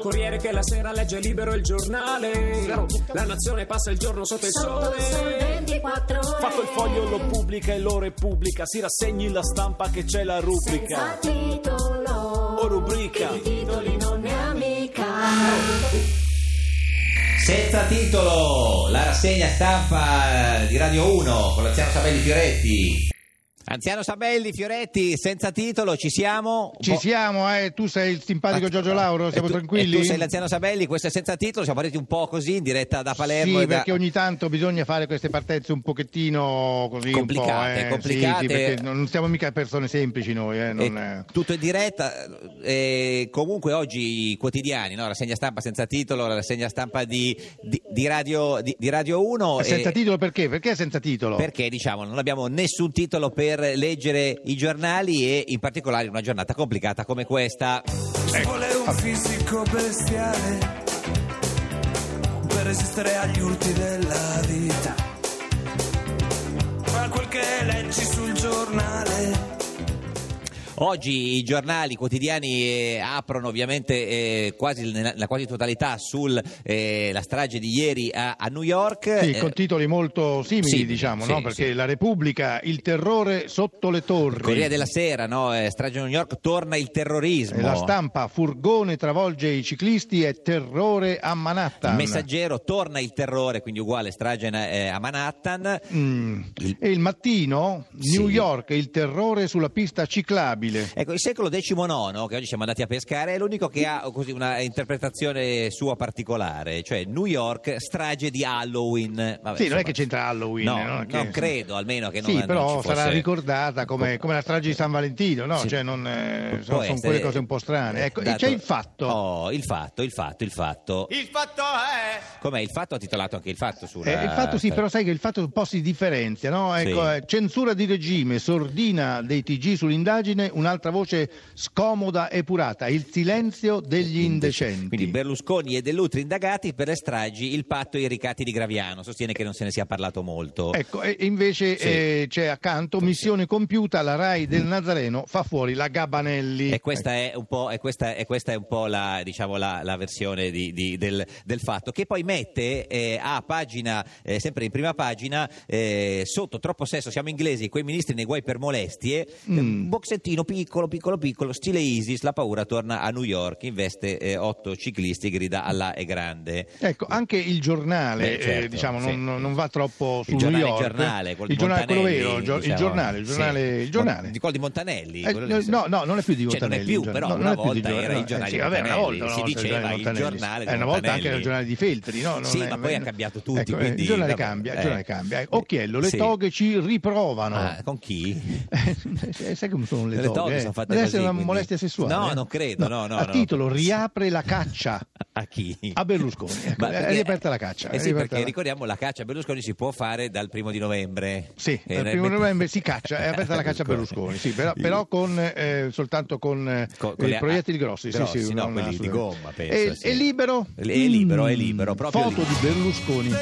Corriere che la sera legge libero il giornale. La nazione passa il giorno sotto il Sotto il sole sole. 24 ore. Fatto il foglio lo pubblica e lo repubblica, si rassegni la stampa che c'è la Senza rubrica titolo. o rubrica. Di titoli non ne ha mica. Senza titolo, la rassegna stampa eh, di Radio 1 con l'anziano Sabelli Fioretti. Anziano Sabelli Fioretti, senza titolo, ci siamo? Ci Bo- siamo, eh, tu sei il simpatico Giorgio Lauro, siamo E tu- tranquilli? E tu sei l'anziano Sabelli, questo è senza titolo, siamo partiti un po' così in diretta da Palermo. Sì, e da- perché ogni tanto bisogna fare queste partenze un pochettino così Complicate, un po', eh. complicate. Sì, sì, perché non non siamo mica persone semplici noi, eh, non e è- tutto in diretta, eh, comunque oggi i quotidiani, no? rassegna stampa senza titolo, la rassegna stampa di, di- di radio, di, di Radio 1. Senza eh, titolo perché? Perché è senza titolo? Perché diciamo non abbiamo nessun titolo per leggere i giornali e in particolare in una giornata complicata come questa. Ci vuole un fisico bestiale per resistere agli urti della vita. Ma quel che leggi sul giornale Oggi i giornali i quotidiani eh, aprono ovviamente eh, quasi nella, nella quasi totalità sulla strage di ieri a, a New York. Sì, Eh, con titoli molto simili, sì, diciamo, sì, no? perché sì. la Repubblica, il terrore sotto le torri. Corriere della Sera, no? Eh, strage a New York, torna il terrorismo. E La stampa, furgone travolge i ciclisti e terrore a Manhattan. Il messaggero torna il terrore, quindi uguale strage eh, a Manhattan. Mm. E il mattino, Sì. New York, il terrore sulla pista ciclabile. Ecco, il secolo XIX, che oggi siamo andati a pescare, è l'unico che ha così, una interpretazione sua particolare, cioè New York, strage di Halloween. Vabbè, Sì, non insomma, è che c'entra Halloween. eh, No, no? non Che- credo, almeno che non- Sì, non però ci fosse- sarà ricordata come, come la strage di San Valentino, no? Sì. Cioè, non, eh, Pu- può sono, sono quelle essere- eh, cose un po' strane. Ecco, e dato- c'è il fatto. Oh, il fatto, il fatto, il fatto. Il fatto è Com'è? Il fatto ha titolato anche il fatto sulla... Eh, il fatto sì, però sai che il fatto un po' si differenzia, no? Ecco, cioè. Sì. eh, censura di regime, sordina dei TG sull'indagine, un'altra voce scomoda e purata, il silenzio degli indecenti. Quindi Berlusconi e Dell'Utri indagati per le stragi, il patto e i ricatti di Graviano. Sostiene che non se ne sia parlato molto. Ecco, e invece Sì. eh, c'è accanto missione compiuta, la RAI del Nazareno fa fuori la Gabanelli. E questa è Ecco. un po', e questa, e questa è un po' la, diciamo, la, la versione di- di- del, del fatto, che poi mette eh, a pagina, eh, sempre in prima pagina, eh, sotto troppo sesso, siamo inglesi, quei ministri nei guai per molestie, Mm. eh, un boxettino piccolo, piccolo, piccolo, stile ISIS, la paura torna a New York, investe eh, otto ciclisti, grida Allah è grande. Ecco, anche il giornale Beh, eh, certo, diciamo, sì. non, non va troppo Il su New giornale- il York. giornale, col il giornale quello Montanelli, vero, il gio- il diciamo. giornale, il Sì. giornale, il giornale. Di- quello di Montanelli, Eh, quello no, di- no, no, non è più di Cioè, non è Montanelli. più, il però giornale. una No, non è più volta di era il giornale eh, di sì, vabbè, una Montanelli, volta, una si volta diceva il Montanelli. giornale di Eh, una volta anche Montanelli. il giornale di Feltri, no? Non Sì, è- ma poi ha cambiato tutti, Ecco, eh, quindi- il giornale vabbè, cambia, il eh. giornale cambia. Eh, Occhiello, le Sì. toghe ci riprovano. Ah, con chi? Eh, Sai come sono le, Le toghe sono fatte Deve essere così, una quindi- molestia sessuale. No, eh? non credo, no, no, A no. titolo, riapre la caccia. A chi? A Berlusconi, ecco, è perché- riaperta la caccia, Eh è sì, riaperta perché la- ricordiamo la caccia a Berlusconi si può fare dal primo di novembre. Sì, Eh, dal nel- primo novembre si caccia, è aperta la caccia a Berlusconi, sì, però, però con, eh, soltanto con, eh, Co- con i le- proiettili grossi, sì, grossi, sì, no, non quelli di assolutamente. gomma, penso, E- sì. È libero? È libero, è Mm, libero, proprio Foto libero. di Berlusconi.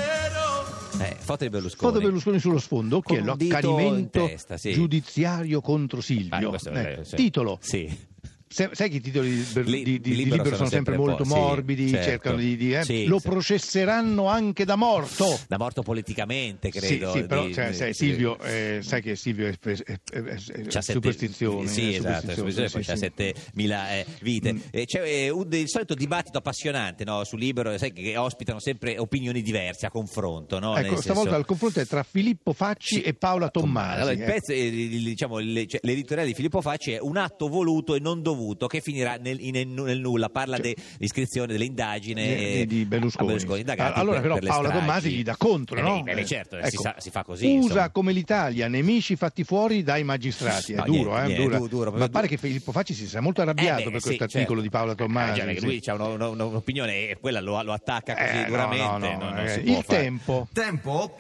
Eh, foto di Berlusconi. Foto di Berlusconi sullo sfondo, Con occhiello, un dito in accanimento testa, sì. giudiziario contro Ah, Silvio. questo- Ecco, eh, sì. Titolo. Sì. Se- sai che i titoli di, Ber- Li- di- di- di libero libero sono sono, sempre, sempre un molto po', sì, morbidi, certo. cercano di, di- eh, Sì, lo sì. processeranno anche da morto. Da morto politicamente, credo. sì, sì, però di- cioè, di- sai, sì. Silvio, eh, sai che Silvio è, pres- è- è- è- è C'ha sette- superstizione. Sì, è esatto, è superstizione, poi c'ha eh, sì, sì. Mm. 7000 eh, vite. Eh, c'è eh, un- il solito dibattito appassionante no, su Libero, sai che ospitano sempre opinioni diverse a confronto. No, Ecco, nel stavolta senso- il confronto è tra Filippo Facci e Paola Tommasi. Allora, il ecco. pezzo, eh, il- diciamo, le- cioè, l'editoriale di Filippo Facci è un atto voluto e non dovuto che finirà nel, in- nel nu- nel nulla. Parla dell'iscrizione dell'indagine Di- eh, Cioè, di Berlusconi. a indagati Ah, allora, per- però, per le Paola stragi. Tommasi gli dà contro, Eh, no? beh, beh, certo, Ecco. si, sa- si fa così. Usa insomma. come l'Italia, nemici fatti fuori dai magistrati. È No, duro, niente, eh, niente, dura. du- duro, Ma proprio pare du- che Filippo Facci si sia molto arrabbiato Eh, beh, per sì, questo articolo certo. di Paola Ha Tommasi. ragione, che sì. lui ha uno- uno- un'opinione e quella lo, lo attacca così Eh, no, duramente. no, no, non- non si eh, può il fare. tempo. tempo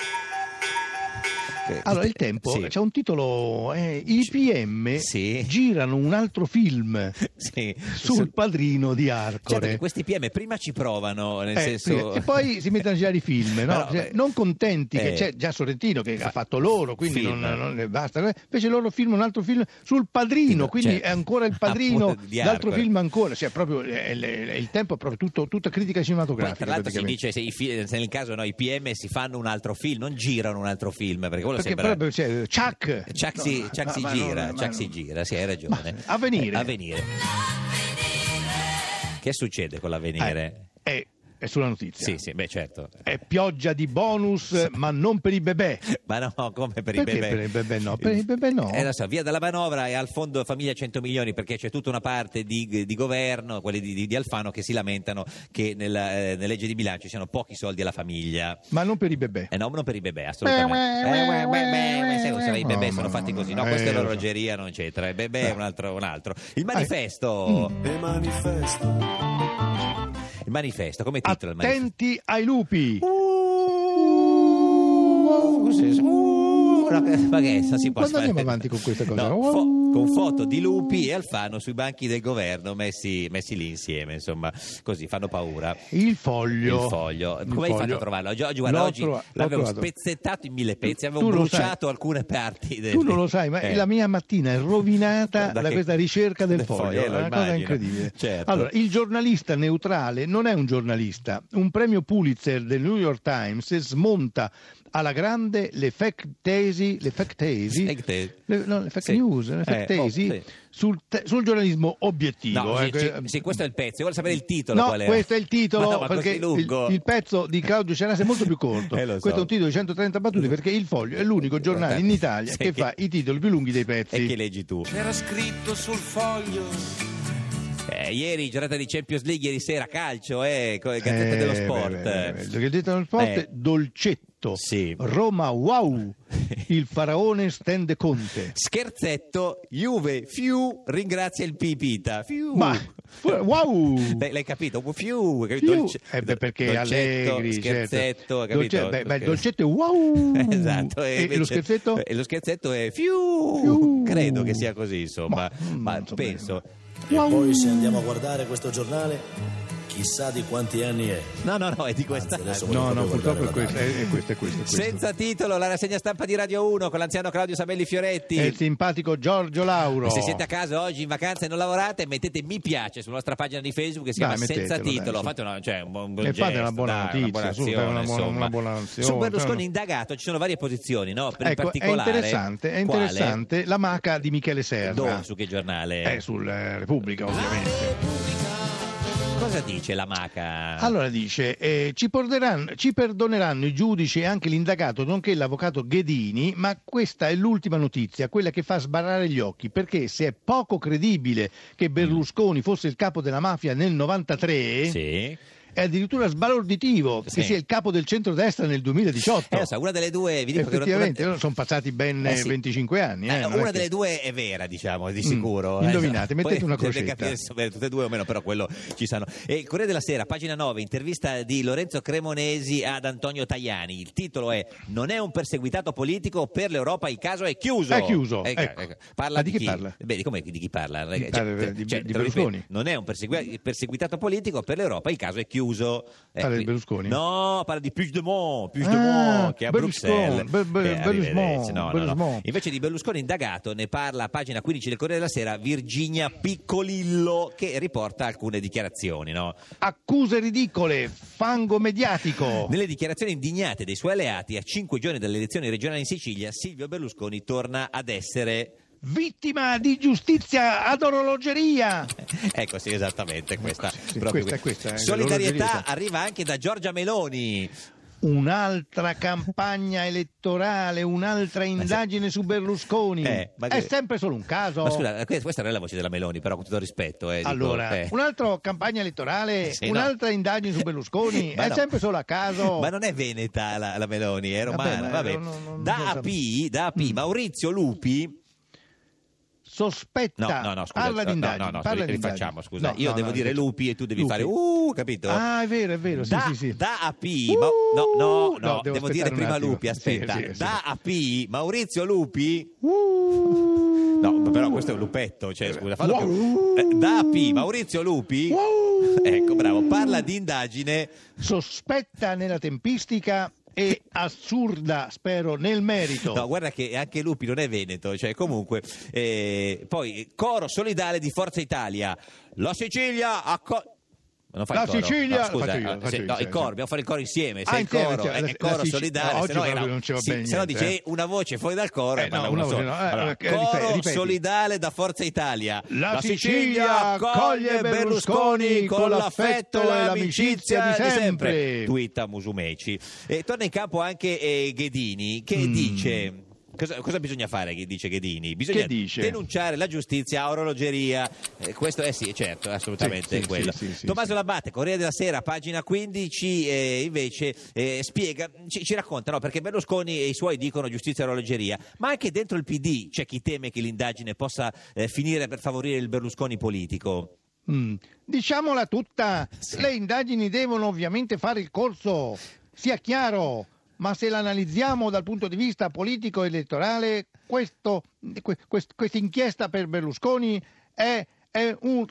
Che- Allora, il tempo, Eh, Sì. c'è un titolo, eh, i PM Sì. girano un altro film Sì. sul padrino di Certo Arcore. che questi PM prima ci provano, nel Eh, senso... sì, E poi si mettono a girare i film, no? Però, Cioè, beh, non contenti eh, che c'è già Sorrentino che fa- ha fatto loro, quindi film. non, non ne basta. Invece loro film un altro film sul padrino, Sì, quindi certo. è ancora il padrino, Appunto, di l'altro Arcore. film ancora, cioè proprio eh, l- l- il tempo è proprio tutto, tutta critica Poi, cinematografica. tra l'altro si praticamente. dice se, i fi- se nel caso no, i PM si fanno un altro film, non girano un altro film, perché quello Perché sembra... proprio cioè, Chuck, Chuck No, si, ma- Chuck ma- si ma no, gira, ma Chuck no. si gira, sì, hai ragione. Ma- avvenire. Eh, avvenire. Che succede con l'avvenire? Eh, è, è sulla notizia. Sì, sì, beh certo. È pioggia di bonus, ma non per i bebè. Ma no, come per Perché i bebè? per il bebè no? Per il bebè no. Eh, lo so, via dalla manovra e al fondo famiglia 100 milioni perché c'è tutta una parte di, di governo, quelli di, di- di Alfano, che si lamentano che nella, eh, nelle leggi di bilancio ci siano pochi soldi alla famiglia. Ma non per i bebè. E no, non per i bebè, assolutamente. Beh, Eh, beh, beh, beh, beh, beh, sai cosa, I bebè no, sono no, fatti no, così. no, No, questa eh, è lo so. l'orologeria, non c'entra. Il bebè è un altro, un altro. Il manifesto, Mm. E manifesto. il manifesto, come titolo il manifesto? Attenti ai lupi. Uh, cos'è? Uh, no, che- ma che non si può Quando fare? andiamo avanti con questa cosa? No, Uh. fo- con foto di lupi e Alfano sui banchi del governo messi, messi lì insieme, insomma, così fanno paura. Il foglio. Il foglio, Il come hai fatto foglio. a trovarlo? Oggi, oggi, guarda, L'ho oggi trova- l'ho l'avevo trovato. spezzettato in mille pezzi, avevo Tu lo bruciato alcune parti. del- Tu non lo sai, ma Eh. la mia mattina è rovinata Da da, che- questa ricerca del del foglio, foglio, eh, è lo una cosa immagino. incredibile. Certo. Allora, il giornalista neutrale non è un giornalista. Un premio Pulitzer del New York Times smonta alla grande le fake tesi, le fake tesi, Fake tesi. le, no, le Sì. fake news, le fake Eh, oh, tesi sì. sul, te- sul giornalismo obiettivo. No, eh, sì, que- sì, sì, questo è il pezzo. Vuole sapere il titolo? No, qual era? questo è il titolo Ma no, ma questo perché è lungo. il, il pezzo di Claudio Cerasa è molto più corto. Eh, lo so. Eh, Questo è un titolo di 130 battute perché il Foglio è l'unico giornale in Italia Sì, che, che- fa i titoli più lunghi dei E che pezzi. leggi tu? C'era scritto sul foglio. Eh, ieri giornata di Champions League, ieri sera calcio, eh, con il Gazzetta dello Sport. Che detto dello sport Eh. Dolcetto. Sì. Roma wow. Il faraone stende Conte. Scherzetto, Juve, Fiu, ringrazia il Pipita. Fiu. Ma wow! L'hai, l'hai capito? Fiu, capito? Più- Dolce- eh, beh, perché dolcetto, allegri Scherzetto, certo. capito? Dolce- beh, beh, il Perché- dolcetto è wow Esatto, e, invece- Eh, lo scherzetto e lo scherzetto è fiu, Fiu. credo che sia così, insomma, Ma, ma, mm, insomma, penso. wow. E poi se andiamo a guardare questo giornale, chissà di quanti anni è. No, no, no, è di questa. Anzi, adesso voglio No, no, proprio purtroppo è guardare questo, è, è questo, è questo, è questo. Senza titolo, la rassegna stampa di Radio 1 con l'anziano Claudio Sabelli Fioretti. E il simpatico Giorgio Lauro. E Se siete a casa oggi in vacanza e non lavorate, mettete mi piace sulla nostra pagina di Facebook che si Dai, chiama mettetelo, Senza dai, Titolo. su. Fate una, cioè, un buon un buon E fate gesto, una buona dai, notizia, su, azione, una buona- insomma. una buona azione, Su Berlusconi cioè, indagato ci sono varie posizioni, no? Per in ecco, è particolare, interessante, è quale? interessante la maca di Michele Serra. Dove, su che giornale? Ah. È sul eh, Repubblica, ovviamente. Cosa dice la Maca? Allora dice, eh, ci, porteranno- ci perdoneranno i giudici e anche l'indagato, nonché l'avvocato Ghedini, ma questa è l'ultima notizia, quella che fa sbarrare gli occhi, perché se è poco credibile che Berlusconi fosse il capo della mafia nel 93, Mm. sì. è addirittura sbalorditivo Sì. che sia il capo del centrodestra nel 2018. Eh, lo so, una delle due, vi dico che una- Effettivamente, una- no, sono passati ben Eh, sì. 25 anni. eh, Eh, non è una che- delle due è vera, diciamo, di Mm, sicuro. eh, indovinate, insomma. mettete Poi una dovete crocetta. capire se sono vere tutte e due o meno, però quello ci sanno. E il Corriere della Sera, pagina 9, intervista di Lorenzo Cremonesi ad Antonio Tajani. Il titolo è Non è un perseguitato politico, per l'Europa il caso è chiuso. È chiuso, Eh, ecco. Parla Ma di di chi chi parla? Beh, di, come, di chi parla? Eh, cioè, Di- parla di- te- di te lo ripeto, Berlusconi. Non è un persegui- perseguitato politico, per l'Europa il caso è chiuso. Eh, Parla di qui- Berlusconi? No, parla di Puigdemont, Puigdemont Ah, "Oh, che è a Berlusconi, Bruxelles. Be- Be- Eh, arrivederci. Berlusconi, No, no, no. Berlusconi. Invece di Berlusconi indagato ne parla a pagina 15 del Corriere della Sera Virginia Piccolillo che riporta alcune dichiarazioni. no? Accuse ridicole, fango mediatico. Nelle dichiarazioni indignate dei suoi alleati a cinque giorni dalle elezioni regionali in Sicilia Silvio Berlusconi torna ad essere... Vittima di giustizia ad orologeria. Ecco sì, esattamente questa. sì, proprio questa, qui. questa, eh, Solidarietà l'orologeria. arriva anche da Giorgia Meloni. Un'altra campagna elettorale, un'altra indagine su Berlusconi. Eh, ma È che- sempre solo un caso. Ma scusa, que- questa non è la voce della Meloni, però con tutto il rispetto. eh, dico, allora, eh. un'altra campagna elettorale, Sì, no. un'altra indagine su Berlusconi, Ma è no. sempre solo a caso. Ma non è veneta la, la Meloni, è romana. ma vabbè. no, no, no, da non so. AP, da AP, Maurizio Lupi. sospetta. No, no, no, scusa, parla no, di indagini. no, no, parla ri- di indagini. rifacciamo, scusa. No, Io no, devo no, dire rifacciamo. lupi e tu devi Lupi. fare uh, capito? Ah, è vero, è vero, sì, da, sì, sì. da a P, Uh, ma- no, no, no, no, devo devo, dire aspettare un prima attimo. Lupi, aspetta. Sì, sì, sì. Da a P, Maurizio Lupi. Uh. Eh, No, però questo è un lupetto, cioè scusa, fallo Wow. più. Eh, Da a P, Maurizio Lupi. Wow. Ecco, bravo, parla di indagine. Sospetta nella tempistica e assurda, spero, nel merito. No, guarda che anche Lupi non è veneto, cioè comunque. eh, poi coro solidale di Forza Italia. La Sicilia acco- Ma non fai La il coro. Sicilia- No, scusa, faccio io, eh, faccio se- io, no, sì, il coro, sì. dobbiamo fare il coro insieme. Se Ah, è il insieme, coro, cioè, è la- il coro la Sicilia- solidale, no, oggi se no era- proprio non ci va sì, bene se no niente, dice eh. una voce fuori dal coro. e Eh, no, parla una uno voce solo. no, eh, Allora, eh, coro ripeti, ripeti. solidale da Forza Italia. La Sicilia accoglie Berlusconi con l'affetto e l'amicizia di sempre. Twitta Musumeci. E torna in campo anche eh, Ghedini che Mm. dice... Cosa, cosa bisogna fare, che dice Ghedini? Bisogna Che dice? denunciare la giustizia a orologeria. Eh, questo è sì, certo, è assolutamente Sì, sì, quello. sì, sì, sì, Tommaso sì. Labatte, Corriere della Sera, pagina 15, eh, invece eh, spiega, ci, ci racconta, no, perché Berlusconi e i suoi dicono giustizia e orologeria, ma anche dentro il PD c'è chi teme che l'indagine possa eh, finire per favorire il Berlusconi politico. Mm. Diciamola tutta, Sì. le indagini devono ovviamente fare il corso, sia chiaro, ma se l'analizziamo dal punto di vista politico-elettorale, questo- que- quest- questa inchiesta per Berlusconi è, è un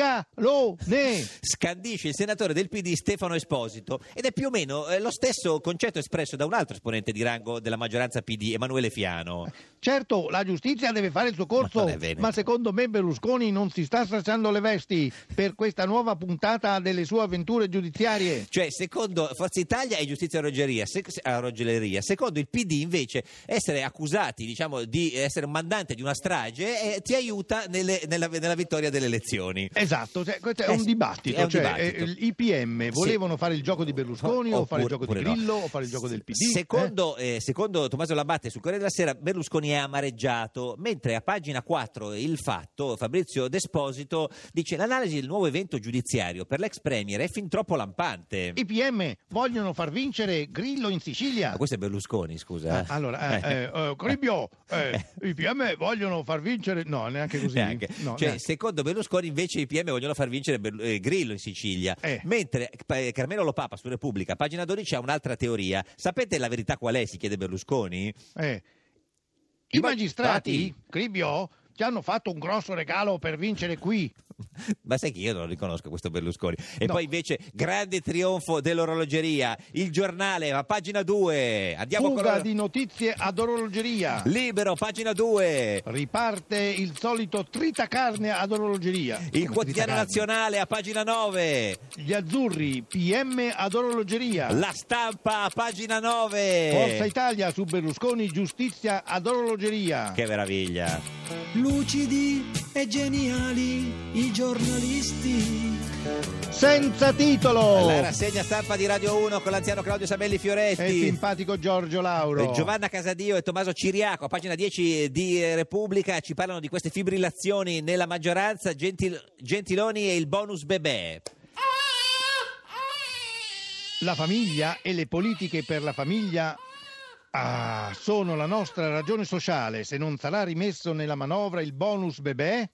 regalone. Scandisce il senatore del PD Stefano Esposito ed è più o meno eh, lo stesso concetto espresso da un altro esponente di rango della maggioranza PD, Emanuele Fiano. Certo, la giustizia deve fare il suo corso, Ma non ma, è veneto. secondo me Berlusconi non si sta stracciando le vesti per questa nuova puntata delle sue avventure giudiziarie. Cioè, secondo Forza Italia è giustizia a orologeria, se- a orologeria. secondo il PD invece essere accusati, diciamo, di essere un mandante di una strage eh, ti aiuta nelle- nella, nella vittoria delle elezioni. Esatto, cioè, questo è Eh, un sì, dibattito. è un cioè, dibattito. eh, I PM volevano fare il gioco di Berlusconi o fare il gioco di oppure no. Grillo o fare il gioco del PD. eh? Secondo, eh, secondo Tommaso Labatte sul Corriere della Sera, Berlusconi è amareggiato, mentre a pagina 4 il fatto, Fabrizio Desposito dice l'analisi del nuovo evento giudiziario per l'ex premier è fin troppo lampante. I PM vogliono far vincere Grillo in Sicilia. Ma questo è Berlusconi, scusa. Eh, Allora, eh, eh, eh, Cribbio, eh, i PM vogliono far vincere... No, neanche così. Neanche. No, Cioè, neanche. secondo Berlusconi invece i PM vogliono far vincere Berlu- eh, Grillo in Sicilia Eh. mentre eh, Carmelo Lopapa su Repubblica pagina 12 ha un'altra teoria sapete la verità qual è? si chiede Berlusconi Eh. I I magistrati, magistrati- Cribbio, ci hanno fatto un grosso regalo per vincere qui. ma sai che io non riconosco questo Berlusconi e No. poi invece grande trionfo dell'orologeria il giornale ma pagina 2 andiamo Fuga con di notizie ad orologeria. libero pagina 2 Riparte il solito tritacarne ad orologeria. il Come quotidiano tritacarne? nazionale a pagina 9 Gli azzurri, PM ad orologeria. la eh. stampa a pagina 9 Forza Italia su Berlusconi, giustizia ad orologeria. che meraviglia lucidi e geniali i giornalisti. Senza titolo! La rassegna stampa di Radio 1 con l'anziano Claudio Sabelli Fioretti. E simpatico Giorgio Lauro. Eh, Giovanna Casadio e Tommaso Ciriaco, a pagina 10 di eh, Repubblica, ci parlano di queste fibrillazioni nella maggioranza, Gentil- Gentiloni e il bonus bebè. La famiglia e le politiche per la famiglia ah, sono la nostra ragione sociale. Se non sarà rimesso nella manovra il bonus bebè,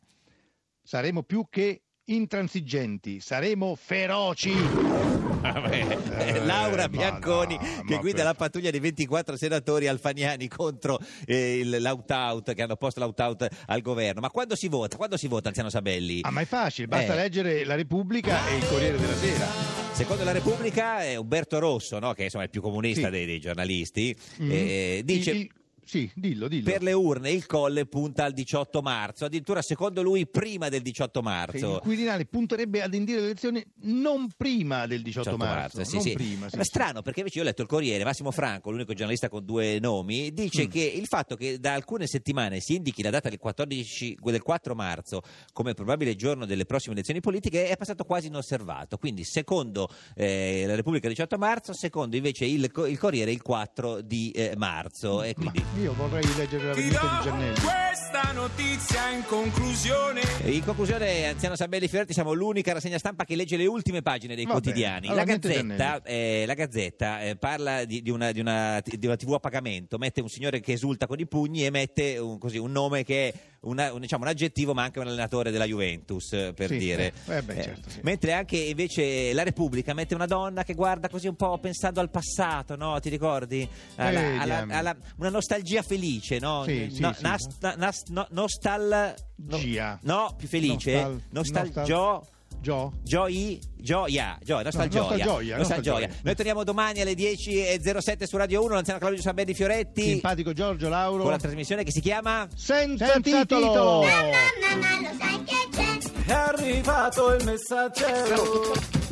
saremo più che intransigenti, saremo feroci. Eh, Laura ma Bianconi no, che ma guida per- la pattuglia dei 24 senatori alfaniani contro eh, il- l'out-out che hanno posto l'out-out al governo. Ma quando si vota? Quando si vota, anziano Sabelli? Ah, ma è facile, basta Eh. leggere La Repubblica e il Corriere della Sera. Secondo la Repubblica, eh, Umberto Rosso, no, che insomma è il più comunista Sì. dei, dei giornalisti, Mm. eh, dice... Il- il- sì, dillo, dillo. Per le urne il colle punta al 18 marzo, addirittura secondo lui prima del 18 Che il marzo. Quirinale punterebbe ad indire le elezioni non prima del 18 18, marzo, sì, non sì. prima, sì, Ma sì. strano perché invece io ho letto il Corriere, Massimo Franco, l'unico giornalista con due nomi, dice che il fatto che da alcune settimane si indichi la data del, 14 del 4 marzo come probabile giorno delle prossime elezioni politiche è passato quasi inosservato. Quindi secondo eh, la Repubblica il 18 marzo, secondo invece il, Co- il Corriere il 4 di eh, marzo. E Ma quindi io vorrei leggere la Ti verità di do Giannelli. questa notizia in conclusione. In conclusione, Anziano Sabelli Fioretti, siamo l'unica rassegna stampa che legge le ultime pagine dei Va quotidiani. bene, La allora metti Gazzetta, eh, la Gazzetta, eh, parla di, di una, di una- di una TV a pagamento, mette un signore che esulta con i pugni e mette un, così, un nome che è una- un, diciamo, un aggettivo, ma anche un allenatore della Juventus, eh, per Sì, dire. eh, eh beh, certo, sì. Mentre anche invece la Repubblica mette una donna che guarda così un po' pensando al passato, no? Ti ricordi? Alla- Eh, alla- diamine. alla- una nostalgia felice, no? Sì, sì, No- sì. nas- na- nas- no- nostal- no- Gia. No, più felice. Nostal- nostalgio. Gio? Joy, gioia, gioia, No, nostalgioia, nostalgioia, nostalgioia. Noi torniamo domani alle 10.07 su Radio 1, Lanzano Claudio Samberdi Fioretti Simpatico Giorgio Lauro. con la trasmissione che si chiama Senza, Senza titolo! titolo! È arrivato il messaggero.